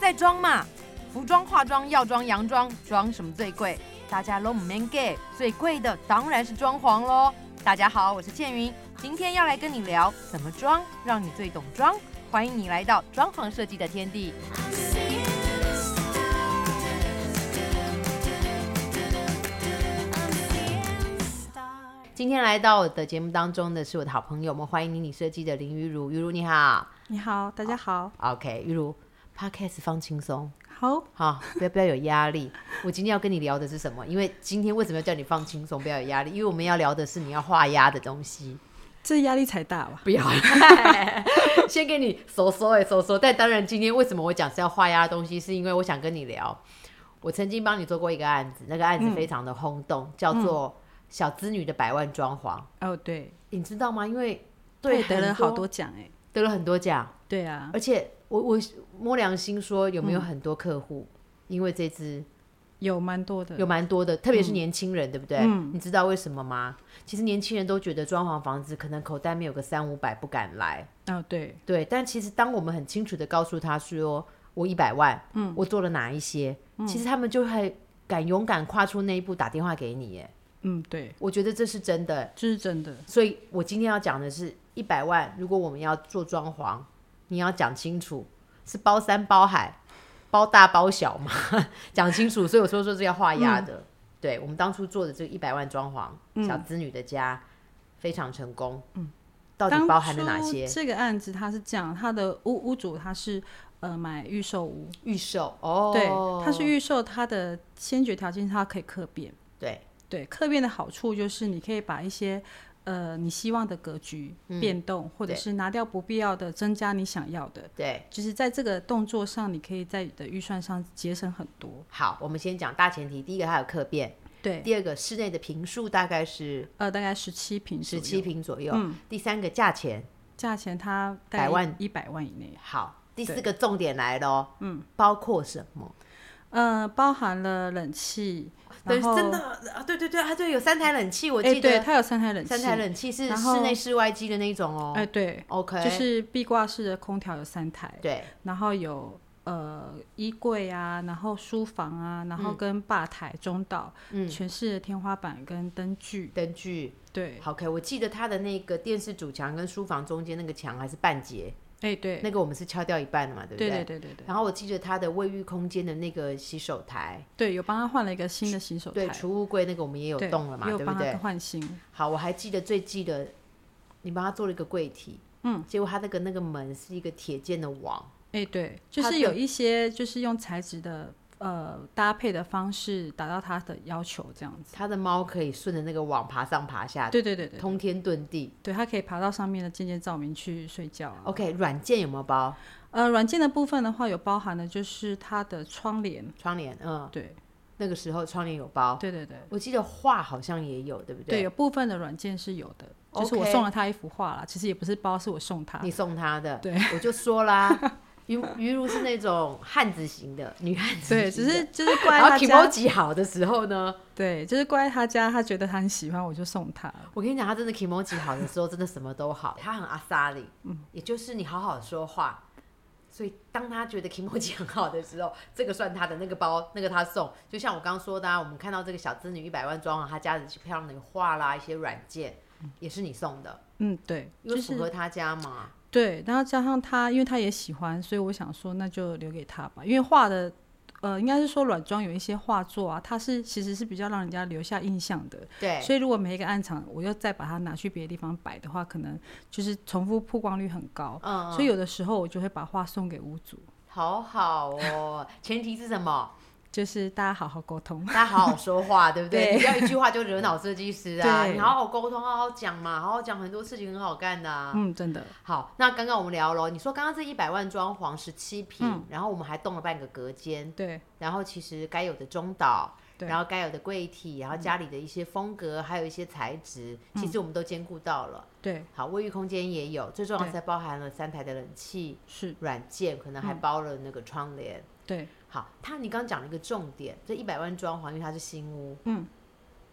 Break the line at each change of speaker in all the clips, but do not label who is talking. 在装嘛。服装、化妆、药妆、洋装，装什么最贵？大家都唔 man gay，最贵的当然是装潢喽。大家好，我是倩云，今天要来跟你聊怎么装，让你最懂装。欢迎你来到装潢设计的天地。今天来到我的节目当中的是我的好朋友，我们欢迎你你设计的林雨茹，雨茹你好
你好，大家好，
，OK，雨茹，Podcast 放轻松，
好，
好，不要不要有压力。我今天要跟你聊的是什么？因为今天为什么要叫你放轻松，不要有压力？因为我们要聊的是你要画押的东西。
这压力才大吧？
不要， 先给你说说哎说说。但当然，今天为什么我讲是要画押的东西，是因为我想跟你聊。我曾经帮你做过一个案子，那个案子非常的轰动，
嗯
叫做《小资女的百万装潢》
哦，对，
你知道吗？因为
对，
对
得了好多奖哎，
得了很多奖，
对啊，
而且我我摸良心说，有没有很多客户、
嗯
因为这支
有蛮多的，
有蛮多的，特别是年轻人，对不对？
嗯
你知道为什么吗？其实年轻人都觉得装潢房子可能口袋没有个三五百不敢来，
哦，对，
对。但其实当我们很清楚的告诉他说，我一百万，嗯，我做了哪一些，其实他们就会敢勇敢跨出那一步，打电话给你。耶，
嗯，对，
我觉得这是真的。
这是真的，
所以我今天要讲的是，一百万，如果我们要做装潢，你要讲清楚，是包山包海，包大包小嘛， 讲清楚。所以我说说是要画押的。对我们当初做的这个一百万装潢，小资女的家非常成功。嗯，到底包含了哪些
当初这个案子他是这样，他的屋屋主他是呃买预售屋，
预售？哦，
对，他是预售，他的先决条件是他可以客变，
对
对，客变的好处就是你可以把一些。呃，你希望的格局变动，或者
嗯对
是拿掉不必要的，增加你想要的，
对。
就是在这个动作上，你可以在你的预算上节省很多。
好，我们先讲大前提。第一个，它有客变；
对，
第二个，室内的平数大概是
呃，大概十七平左
十
右，嗯
七平左右。第三个，价钱。
价钱它
百万
一百万以内，
好，第四个重点来咯，嗯，包括什么？
呃，包含了冷气，
对，
然后
真的啊，对对对，啊对，有三台冷气，我
哎、
记
对，
得
它有三台冷气，
三台冷气是
然
室
后
内室外机的那一种哦。
哎、对
OK，
就是壁挂式的空调有三台，
对
然后有呃衣柜啊，然后书房啊，然
嗯
后跟吧台、中岛，嗯，全室的天花板跟灯具，
灯具
对，
，OK，我记得它的那个电视主墙跟书房中间那个墙还是半截，
哎、对，
那个我们是敲掉一半的嘛，对不
对
对
对对对对
然后我记得它的卫浴空间的那个洗手台，
对，有帮他换了一个新的洗手
对，
台，
储物柜那个我们也有
对
动了嘛，对
也有
不
帮
对
他？换新，
好，我还记得最记得你帮他做了一个柜体，嗯，结果他那个那个门是一个铁件的网。
哎、对，就
它
是
的
有一些就是用材质的呃搭配的方式达到它的要求，这样子。
他的猫可以顺着那个网爬上爬下，
对对对对，
通天遁地。
对，它可以爬到上面的渐渐照明去睡觉啊、
OK，软件有没有包
呃，软件的部分的话，有包含的就是它的窗帘，
窗帘？嗯，
对
那个时候窗帘有包，
对对对
我记得画好像也有，对不
对，
对？
有部分的软件是有的，就是我
OK
送了他一幅画啦，其实也不是包，是我送他。
你送他的，
对，
我就说啦， 于于如是那种汉子型的女汉子型的，啊
对，只是就是怪
然后
他
k i
家
m，o 好的时候呢，
对，就是怪他家，他觉得他很喜欢，我就送他。
我跟你讲，他真的 k i m o 好的时候，真的什么都好，他很阿萨里，也就是你好好说话。所以当他觉得 k i m o 很好的时候，这个算他的，那个包那个他送。就像我刚刚说的、啊，我们看到这个小资女一百万装潢，她家里漂亮的画啦，一些软件也是你送的，
嗯，对，
因
就
为符
是
合他家嘛。
对，然后加上他，因为他也喜欢，所以我想说那就留给他吧。因为画的，呃，应该是说软装有一些画作啊，它是其实是比较让人家留下印象的。
对，
所以如果每一个暗场我又再把它拿去别的地方摆的话，可能就是重复曝光率很高。
嗯，
所以有的时候我就会把画送给屋主，
好好哦。前提是什么？
就是大家好好沟通。
大家好好说话，对不对？
对
你不要一句话就惹恼设计师啊！
对
你好好沟通，好好讲嘛，好好讲，很多事情很好干的、啊。
嗯，真的，
好，那刚刚我们聊了，你说刚刚这一百万装潢十七平，
嗯
然后我们还动了半个隔间，
对
然后其实该有的中岛，
对
然后该有的柜体，然后家里的一些风格，还有一些材质，
嗯
其实我们都兼顾到了。
对
好，卫浴空间也有，最重要
对
是包含了三台的冷气、
是，
软件，可能还包了那个窗帘。
对
好，他你刚刚讲了一个重点，这一百万装潢，因为它是新屋，
嗯，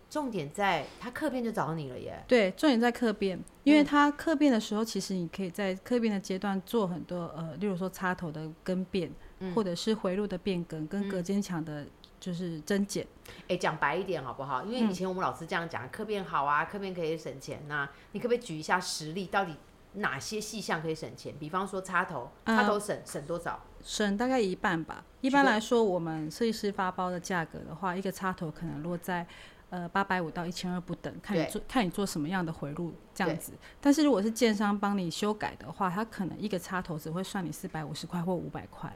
重点在它客变就找你了耶，
对，重点在客变，因
嗯
为它客变的时候，其实你可以在客变的阶段做很多呃，例如说插头的更变，
嗯
或者是回路的变更跟隔间墙的，就是增减。
哎，讲白一点好不好？因为
嗯
以前我们老师这样讲，课变好啊，课变可以省钱呐、你可不可以举一下实例，到底哪些细项可以省钱？比方说插头，
嗯
插头省、省多少？
省大概一半吧。一般来说，我们设计师发包的价格的话，一个插头可能落在呃八百五到一千二不等，看你
对
做看你做什么样的回路这样
对
子。但是如果是建商帮你修改的话，他可能一个插头只会算你四百五十块或五百块。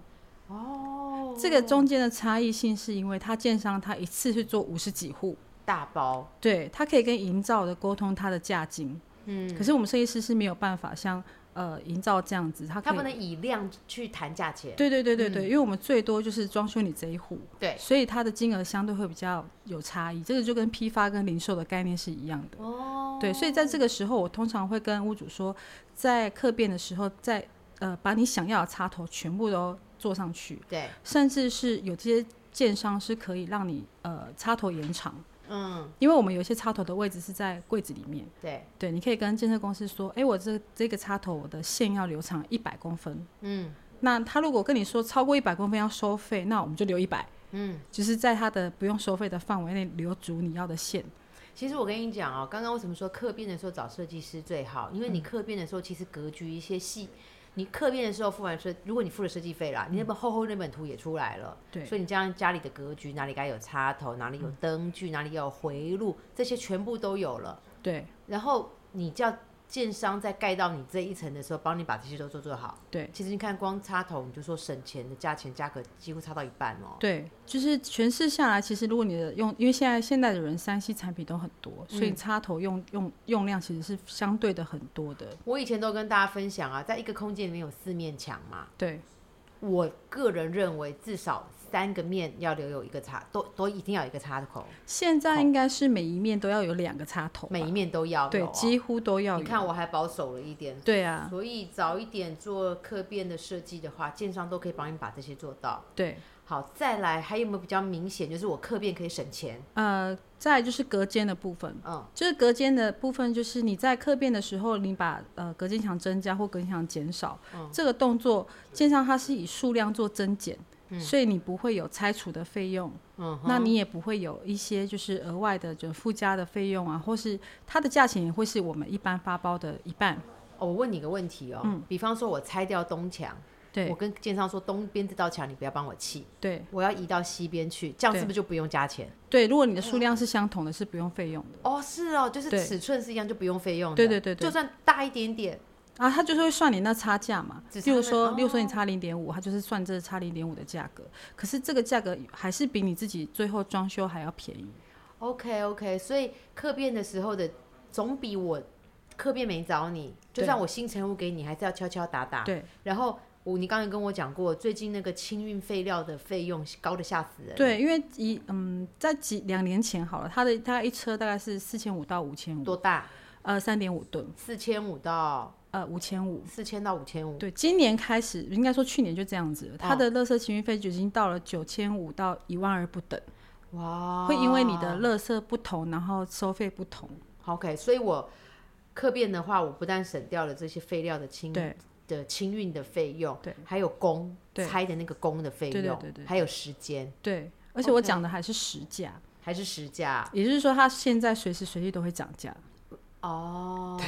哦，
这个中间的差异性是因为他建商他一次是做五十几户，
大包，
对他可以跟营造的沟通他的价金，
嗯，
可是我们设计师是没有办法像呃营造这样子，他可
它
以
不能以量去谈价钱。
对对对对对，因为我们最多就是装修你这一户，
对，
所以它的金额相对会比较有差异。这个就跟批发跟零售的概念是一样的。
哦，
对，所以在这个时候，我通常会跟屋主说，在客变的时候，在呃把你想要的插头全部都做上去，
对，
甚至是有这些建商是可以让你呃插头延长，
嗯，
因为我们有一些插头的位置是在柜子里面。
对，
对，你可以跟建设公司说，诶，我这这个插头我的线要留长一百公分。
嗯
那他如果跟你说超过一百公分要收费，那我们就留一百，
嗯。
就是在他的不用收费的范围内留足你要的线。
其实我跟你讲哦，刚刚为什么说客变的时候找设计师最好？因为
嗯
你客变的时候，其实格局一些细。你客变的时候付完设，如果你付了设计费啦，你那本厚厚那本图也出来了，
对嗯
所以你这样家里的格局哪里该有插头，哪里有灯具，哪里有回路，这些全部都有了。
对
然后你叫建商在盖到你这一层的时候，帮你把这些都做做好。
对
其实你看光插头，你就说省钱的价钱价格几乎差到一半哦。
对，就是全市下来，其实如果你的用，因为现在现代的人三 C 产品都很多，所
嗯
以插头用用用量其实是相对的很多的。
我以前都跟大家分享啊，在一个空间里面有四面墙嘛，
对
我个人认为至少三个面要留有一个插，都都一定要有一个插口，
现在应该是每一面都要有两个插头吧，
每一面都要
对
有哦
几乎都要有。
你看我还保守了一点，
对啊，
所以早一点做客变的设计的话，建商都可以帮你把这些做到。
对，
好，再来还有没有比较明显？就是我客变可以省钱，
呃，再来就是隔间的部分。
嗯，
就是隔间的部分，就是你在客变的时候，你把呃隔间墙增加或隔间墙减少、
嗯
这个动作，建商它是以数量做增减，所以你不会有拆除的费用，
嗯
那你也不会有一些就是额外的就附加的费用啊，或是它的价钱也会是我们一般发包的一半。
哦我问你个问题哦，比方说我拆掉东墙，我
嗯对
跟建商说东边这道墙你不要帮我砌，
对
我要移到西边去，这样
对
是不是就不用加钱？
对，如果你的数量是相同的，是不用费用的。
哦，是哦，就是
对
尺寸是一样，就不用费用的。
对对对对
就算大一点点，
啊，他就是会算你那差价嘛
只，
例
差
如
那
说，例如说你
哦
差零点五，他就是算这差零点五的价格，可是这个价格还是比你自己最后装修还要便宜。
OK OK，所以客变的时候的总比我客变没找你，就
对
算我新成屋给你，还是要敲敲打打。
对
然后我你刚才跟我讲过，最近那个清运废料的费用高的吓死人。，
对，因为一嗯，在几两年前好了，他的大概一车大概是四千五到五千五，
多大？
呃，三点五吨，
四千五到
呃，五千五。
四千到五千五。
对，今年开始，应该说去年就这样子了，他
哦
的垃圾清运费就已经到了九千五到一万二不等，
哇，
会因为你的垃圾不同，然后收费不同。
OK，所以我客变的话，我不但省掉了这些废料的清
对
的清运的费用，
对，
还有工
对
拆的那个工的费用，
对对对对
还有时间，
对，而且我
OK
讲的还是实价。
还是时价
也就是说，它现在随时随地都会涨价。
哦。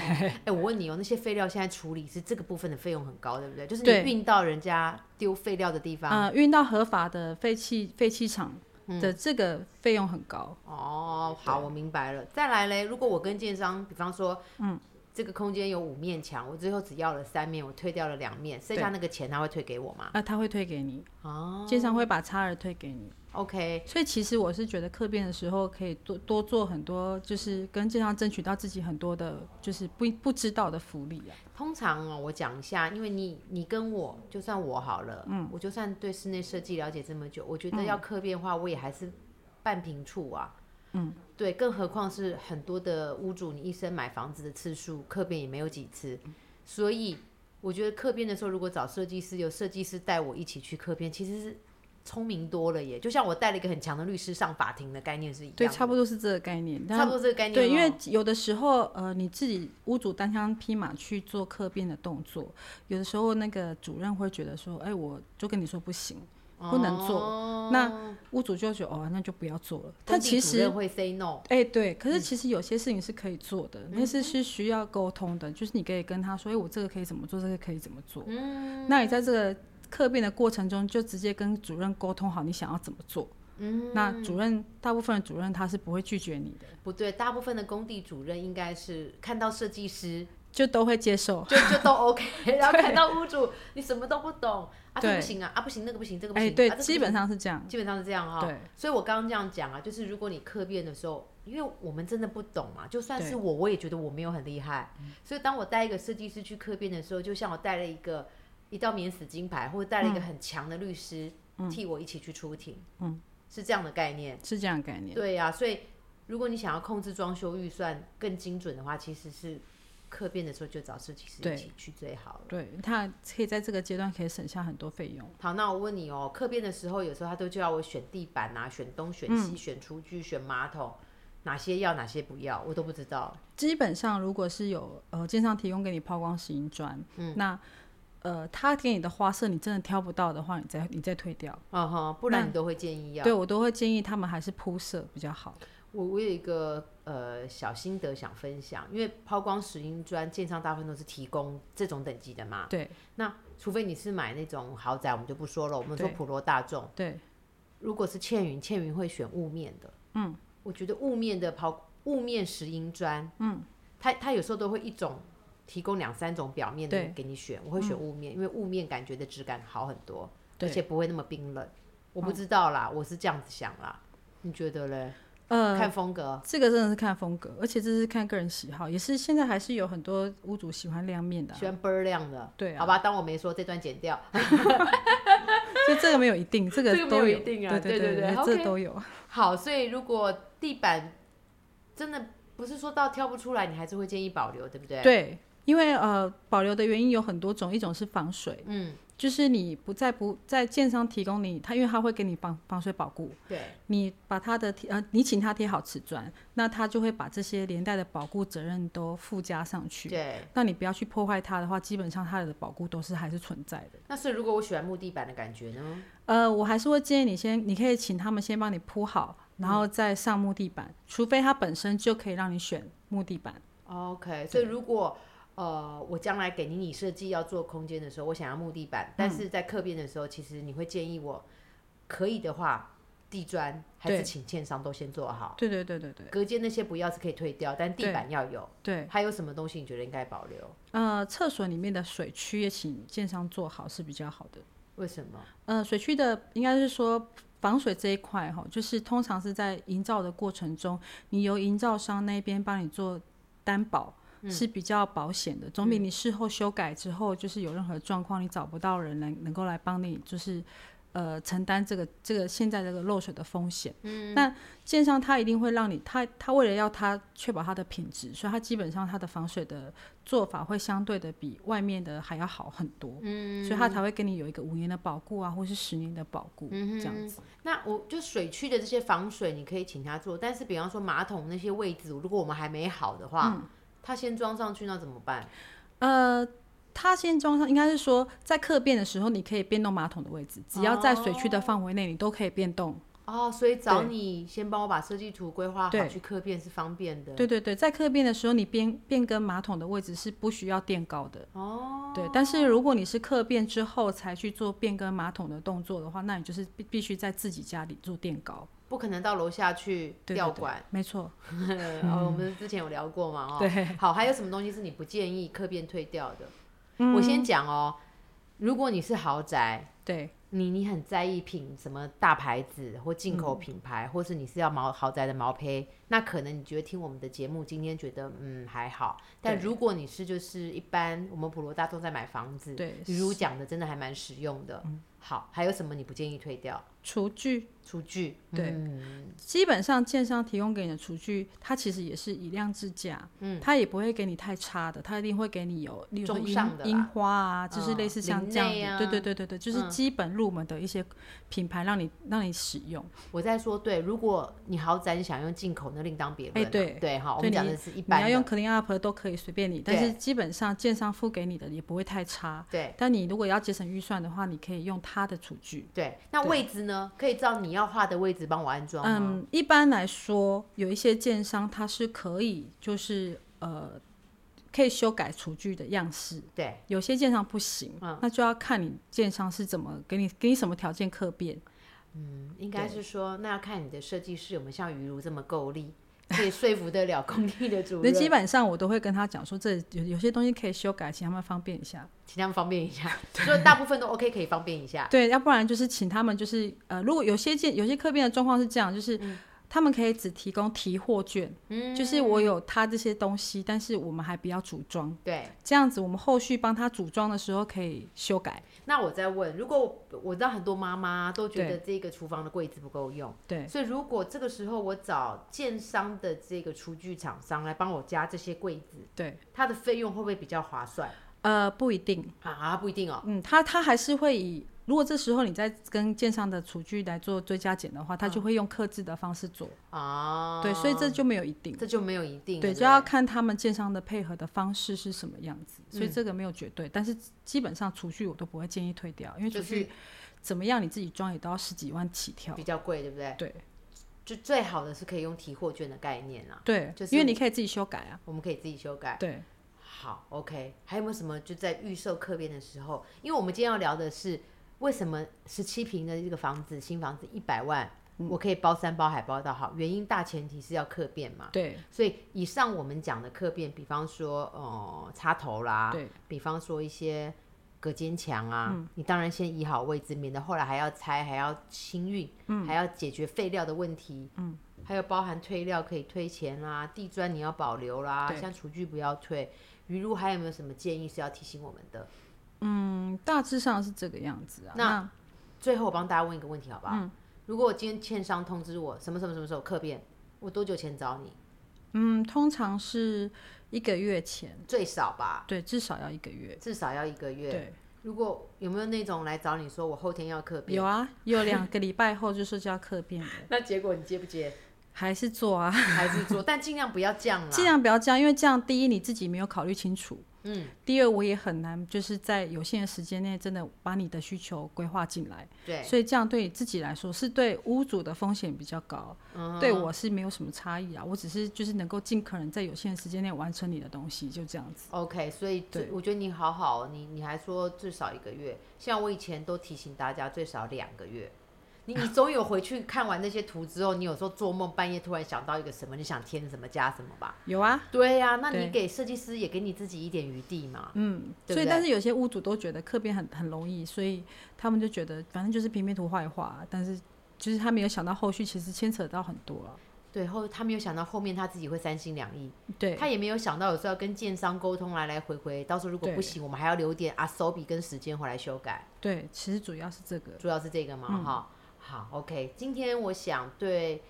哎、我问你哦，那些废料现在处理是这个部分的费用很高，对不对？就是你
对
运到人家丢废料的地方，
呃，运到合法的废弃废弃场的这个费用很高。
哦，好，我明白了。再来嘞，如果我跟建商，比方说，嗯。这个空间有五面墙，我最后只要了三面，我退掉了两面，剩下那个钱他会退给我吗？
那、他会退给你，
哦
经常会把差额退给你。
，OK，
所以其实我是觉得客变的时候可以多多做很多，就是跟经常争取到自己很多的，就是不不知道的福利啊。
通常哦，我讲一下，因为你你跟我，就算我好了，嗯，我就算对室内设计了解这么久，我觉得要客变化，我也还是半瓶醋啊，嗯，对，更何况是很多的屋主，你一生买房子的次数，客变也没有几次，
嗯
所以我觉得客变的时候，如果找设计师，有设计师带我一起去客变，其实是聪明多了耶。就像我带了一个很强的律师上法庭的概念是一样的，
对，差不多是这个概念。
差
但
不多这个概念哦。
对，因为有的时候，呃，你自己屋主单枪匹马去做客变的动作，有的时候那个主任会觉得说，哎、我就跟你说不行，不能做
哦
那屋主就觉得哦，那就不要做了。但
工地
其
主任嗯
实，
会 say no，
哎、对，可是其实有些事情是可以做的，但
嗯
是是需要沟通的，就是你可以跟他说，哎、我这个可以怎么做，这个可以怎么做。嗯，那你在这个客变的过程中，就直接跟主任沟通好你想要怎么做。嗯，那主任大部分的主任他是不会拒绝你的，
不对，大部分的工地主任应该是看到设计师
就都会接受。
就就 都 OK，然后看到屋主你什么都不懂啊，这
对
不行啊，啊不行那个不行，这个不
哎、
行，
对，
啊这个不
基
行啊
本上是这样。
基本上是这样哈、
对
所以我刚刚这样讲啊，就是如果你课变的时候，因为我们真的不懂嘛，就算
对嗯
是我，我也觉得我没有很厉害。所以当我带一个设计师去课变的时候，就像我带了一个一道免死金牌，或者带了一个很强的律师、替我一起去出庭，
嗯，
是这样的概念。
是这样的概念。
对呀、所以如果你想要控制装修预算更精准的话，其实是课变的时候就找设计师一
对
起去最好了。
对，他可以在这个阶段可以省下很多费用。
好，那我问你哦，客变的时候，有时候他都叫我选地板啊，选东选
嗯
西，选厨具，选马桶，哪些要哪些不要，我都不知道。
基本上，如果是有呃建商提供给你抛光石英砖，
嗯
那呃他给你的花色你真的挑不到的话，你再你再退掉。
嗯哼，不然你都会建议要。
对我都会建议他们还是铺色比较好。
我我有一个呃小心得想分享，因为抛光石英砖，建商大部分都是提供这种等级的嘛。
对
那除非你是买那种豪宅，我们就不说了，我们说
对
普罗大众。
对，
如果是倩云，倩云会选雾面的。嗯，我觉得雾面的抛雾面石英砖，嗯，它它有时候都会一种提供两三种表面的
对嗯
给你选，我会选雾面，因为雾面感觉的质感好很多，而
对嗯
且不会那么冰冷。我不知道啦，我是这样子想啦，你觉得嘞？
呃，
看风格，
这个真的是看风格，而且这是看个人喜好，也是现在还是有很多屋主喜欢亮面的啊、
喜欢倍儿亮的，
对啊
好吧，当我没说，这段剪掉。
所以这个没有一定，这个
这个没有
都
一定啊对
对
对
对
对
这
，OK
都有。
好，所以如果地板真的不是说到挑不出来，你还是会建议保留，对不对？，
对，因为呃保留的原因有很多种，一种是防水。
嗯，
就是你不在不在建商提供你，他因为他会给你防防水保固，
对。
你把他的贴呃，你请他贴好瓷砖，那他就会把这些连带的保固责任都附加上去。
对，
那你不要去破坏它的话，基本上它的保固都是还是存在的。
那所以如果我喜欢木地板的感觉呢？
呃，我还是会建议你先，你可以请他们先帮你铺好，然
嗯
后再上木地板，除非它本身就可以让你选木地板。
OK，所以如果呃，我将来给你你设计要做空间的时候，我想要木地板，但是在客变的时候，其实你会建议我可以的话，地砖还是
对
请建商都先做好，
对对对对对
隔间那些不要是可以退掉，但地
对
板要有。
对。
还有什么东西你觉得应该保留？
呃，厕所里面的水区也请建商做好是比较好的。
为什么？
呃，水区的应该是说防水这一块哈，就是通常是在营造的过程中，你由营造商那边帮你做担保。是比较保险的，总比你事后修改之后，就是有任何状况，你找不到人来能够来帮你，就是呃承担这个这个现在这个漏水的风险。嗯，那建商他一定会让你，他他为了要他确保它的品质，所以他基本上它的防水的做法会相对的比外面的还要好很多。所以
嗯
他才会跟你有一个五年的保固啊，或是十年的保固、这
嗯
样子。
那我就水区的这些防水，你可以请他做，但是比方说马桶那些位置，如果我们还没好的话，他先装上去，那怎么办？
呃，它先装上，应该是说在客变的时候，你可以变动马桶的位置，只要在水区的范围内，你都可以变动。
哦，所以找
对
你先帮我把设计图规划好，
对
去刻片是方便的。
对对对，在客变的时候，你变变更马桶的位置是不需要垫高的。哦，对，但是如果你是客变之后才去做变更马桶的动作的话，那你就是必必须在自己家里做垫高。
不可能到楼下去
对对
吊
对
管。
没错，
哦，我们之前有聊过嘛，哦，
对
好，还有什么东西是你不建议客变退掉的？
嗯
我先讲哦，如果你是豪宅，
对
你你很在意品什么大牌子或进口品牌，
嗯
或是你是要毛豪宅的毛坯，那可能你觉得听我们的节目今天觉得嗯还好，但
对
如果你是就是一般我们普罗大众在买房子，
对嗯
你如果讲的真的还蛮实用的，好，还有什么你不建议退掉？
厨具
厨具，
对
嗯
基本上建商提供给你的厨具，它其实也是以量制价，嗯，它也不会给你太差的，它一定会给你有，例如说
中
樱
上的啦
樱花啊，就是
嗯
类似像
林
这样
内
的，
啊
对对对对对，就是基本入门的一些品牌让你让你使用，
我在说对，如果你豪宅你想用进口，那另当别论啊、
哎对
对，好，我
对
们讲
你
的是一
你
般
要
的，
用 Clean Up 都可以随便你，但
对
是基本上建商付给你的也不会太差。
对
但你如果要节省预算的话，你可以用它的厨具。
对。那位置呢？可以照你要画的位置帮我安装吗？
嗯，一般来说，有一些建商它是可以，就是呃，可以修改厨具的样式。
对，
有些建商不行，那就要看你建商是怎么给你给你什么条件客变。
嗯，应该是说，那要看你的设计师有没有像于如这么够力，可以说服得了 工地的主
那
任，
基本上我都会跟他讲说，这有有些东西可以修改，请他们方便一下。
请他们方便一 下。所以大部分都 OK，可以方便一下。
对，要不然就是请他们就是呃，如果有些建有些客变的状况是这样，就是。他们可以只提供提货券，
嗯
就是我有他这些东西，但是我们还不要组装。
对，
这样子，我们后续帮他组装的时候可以修改。
那我再问，如果我我知道很多妈妈都觉得这个厨房的柜子不够用，
对，
所以如果这个时候我找建商的这个厨具厂商来帮我加这些柜子，
对，
它的费用会不会比较划算
呃，不一定，
啊？不一定哦。
嗯，他他还是会以，如果这时候你再跟建商的厨具来做追加减的话，他
嗯
就会用克制的方式做。
啊，
对，所以这就没有一定。
这就没有一定了
对，
不
就要看他们建商的配合的方式是什么样子，所以
嗯
这个没有绝对，但是基本上厨具我都不会建议退掉，因为
就
厨
是
具怎么样你自己装也都要十几万起跳
比。较贵，对不对？
对
就最好的是可以用提货券的概念啊，
对，
就是
因为你可以自己修改啊。
我们可以自己修改。
对，
好，OK，还有没有什么就在预售客变的时候？因为我们今天要聊的是为什么十七平的这个房子，新房子一百万，我可以包山包海包到好，原因大前提是要客变嘛。
对，
所以以上我们讲的客变，比方说呃插头啦，
对，嗯
比方说一些隔间墙啊，你当然先移好位置，免得后来还要拆，还要清运，
嗯
还要解决废料的问题，嗯，还有包含退料可以退钱啦，地砖你要保留啦，
对
像厨具不要退。余露还有没有什么建议是要提醒我们的？
嗯，大致上是这个样子啊。
那最后我帮大家问一个问题，好不好？
嗯
如果我今天券商通知我什么什么什么时候客变，我多久前找你？
嗯，通常是一个月前，
最少吧，
对，至少要一个月。
至少要一个月。
对，
如果有没有那种来找你说我后天要课
有
变，
啊，有两个礼拜后就是就要客变的，
那结果你接不接？
还是做 啊，
还是做，但尽量不要降啦。
尽量不要这样，因为这样第一你自己没有考虑清楚，
嗯，
第二我也很难就是在有限的时间内真的把你的需求规划进来，
对，
所以这样对你自己来说是对屋主的风险比较高，
嗯
对我是没有什么差异啊，我只是就是能够尽可能在有限的时间内完成你的东西，就这样子。
OK，所以最
对
我觉得你好好，你你还说至少一个月，像我以前都提醒大家最少两个月。你你总有回去看完那些图之后，你有时候做梦半夜突然想到一个什么，你想添什么加什么吧？
有啊，
对呀、那你
对
给设计师也给你自己一点余地嘛。
嗯，
对不
所
对
以但是有些屋主都觉得客变很很容易，所以他们就觉得反正就是平面图画一画，但是就是他没有想到后续其实牵扯到很多啊了。
对，后他没有想到后面他自己会三心两意，
对，
他也没有想到有时候要跟建商沟通来来回回，到时候如果
对
不行，我们还要留点啊手笔跟时间回来修改，
对，其实主要是这个。
主要是这个嘛
嗯
哈、好，OK，今天我想对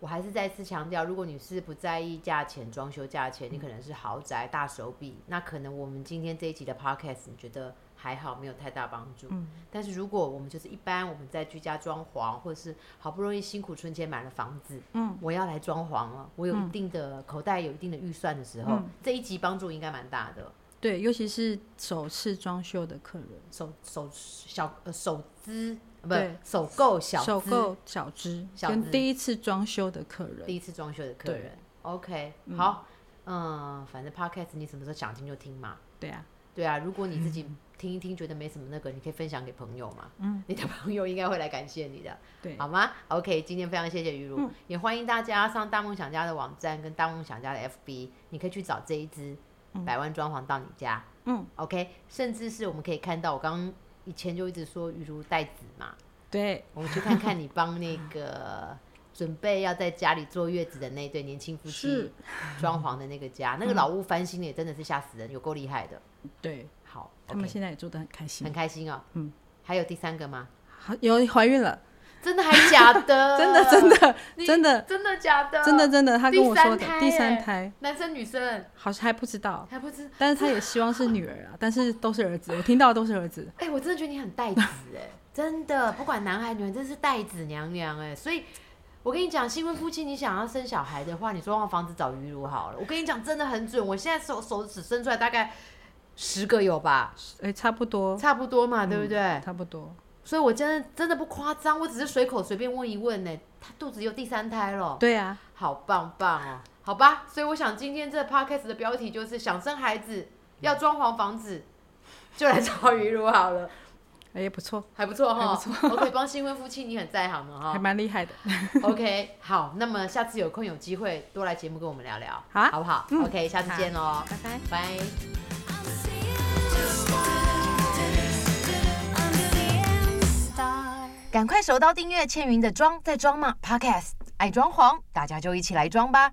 我还是再次强调，如果你是不在意价钱、装修价钱，你
嗯
可能是豪宅大手笔，那可能我们今天这一集的 Podcast 你觉得还好，没有太大帮助。
嗯
但是如果我们就是一般我们在居家装潢，或是好不容易辛苦存钱买了房子，
嗯，
我要来装潢了，我有一定的、口袋有一定的预算的时
嗯
候，这一集帮助应该蛮大的。
对，尤其是首次装修的客人，
首首小呃首资呃
对
不首购小
首
资
购小资
小
跟
资
第一次装修的客人，
第一次装修的客
对
人，OK，好，嗯，反正 Podcast 你什么时候想听就听嘛。
对啊，
对啊，如果你自己
嗯
听一听觉得没什么那个，你可以分享给朋友嘛。嗯，你的朋友应该会来感谢你的。
对，嗯
好吗？OK，今天非常谢谢于如，也欢迎大家上大梦想家的网站跟大梦想家的 FB，你可以去找这一支百万装潢到你家。
嗯
，OK，甚至是我们可以看到，我刚刚以前就一直说于如带子嘛，
对，
我们去看看你帮那 个准备要在家里坐月子的那对年轻夫妻
是嗯
装潢的那个家，那个老屋翻新的也真的是吓死人，有够厉害的。
对，
好，
嗯他们
OK
现在也做的很开心
很。开心啊、
嗯，
还有第三个吗？
好有怀孕了，
真的还假的？
真的真的
呃你
真的
真的假的？
真的真的，他跟我说的
第三胎
第三
耶
胎，
男生女生
好像还不知道，
还不知。
但是他也希望是女儿啊，但是都是儿子，我听到的都是儿子。
哎、我真的觉得你很带子哎、 真的，不管男孩女孩，真是带子娘娘哎、所以。我跟你讲，新婚夫妻，你想要生小孩的话，你说往房子找鱼乳好了。我跟你讲，真的很准。我现在手手指伸出来大
哦
概十个有吧，
哎、差不多，
差不多嘛，对不对？
差不多。
所以我真的真的不夸张，我只是随口随便问一问呢、她肚子有第三胎了，
对啊，
好棒棒哦，好吧。所以我想今天这 podcast 的标题就是想生孩子要装潢房子，就来找于如好了，
哎、不错，
还不错哈。OK，帮新婚夫妻你很在行的
还
哈。
蛮厉害的。
OK，好，那么下次有空有机会多来节目跟我们聊聊，
好啊
好不好、
嗯
o k 下次见喽，
拜拜。
拜。
I'm seeing I'm seeing stars.
赶快手刀订阅倩云的装在装嘛 podcast，爱装潢，大家就一起来装吧。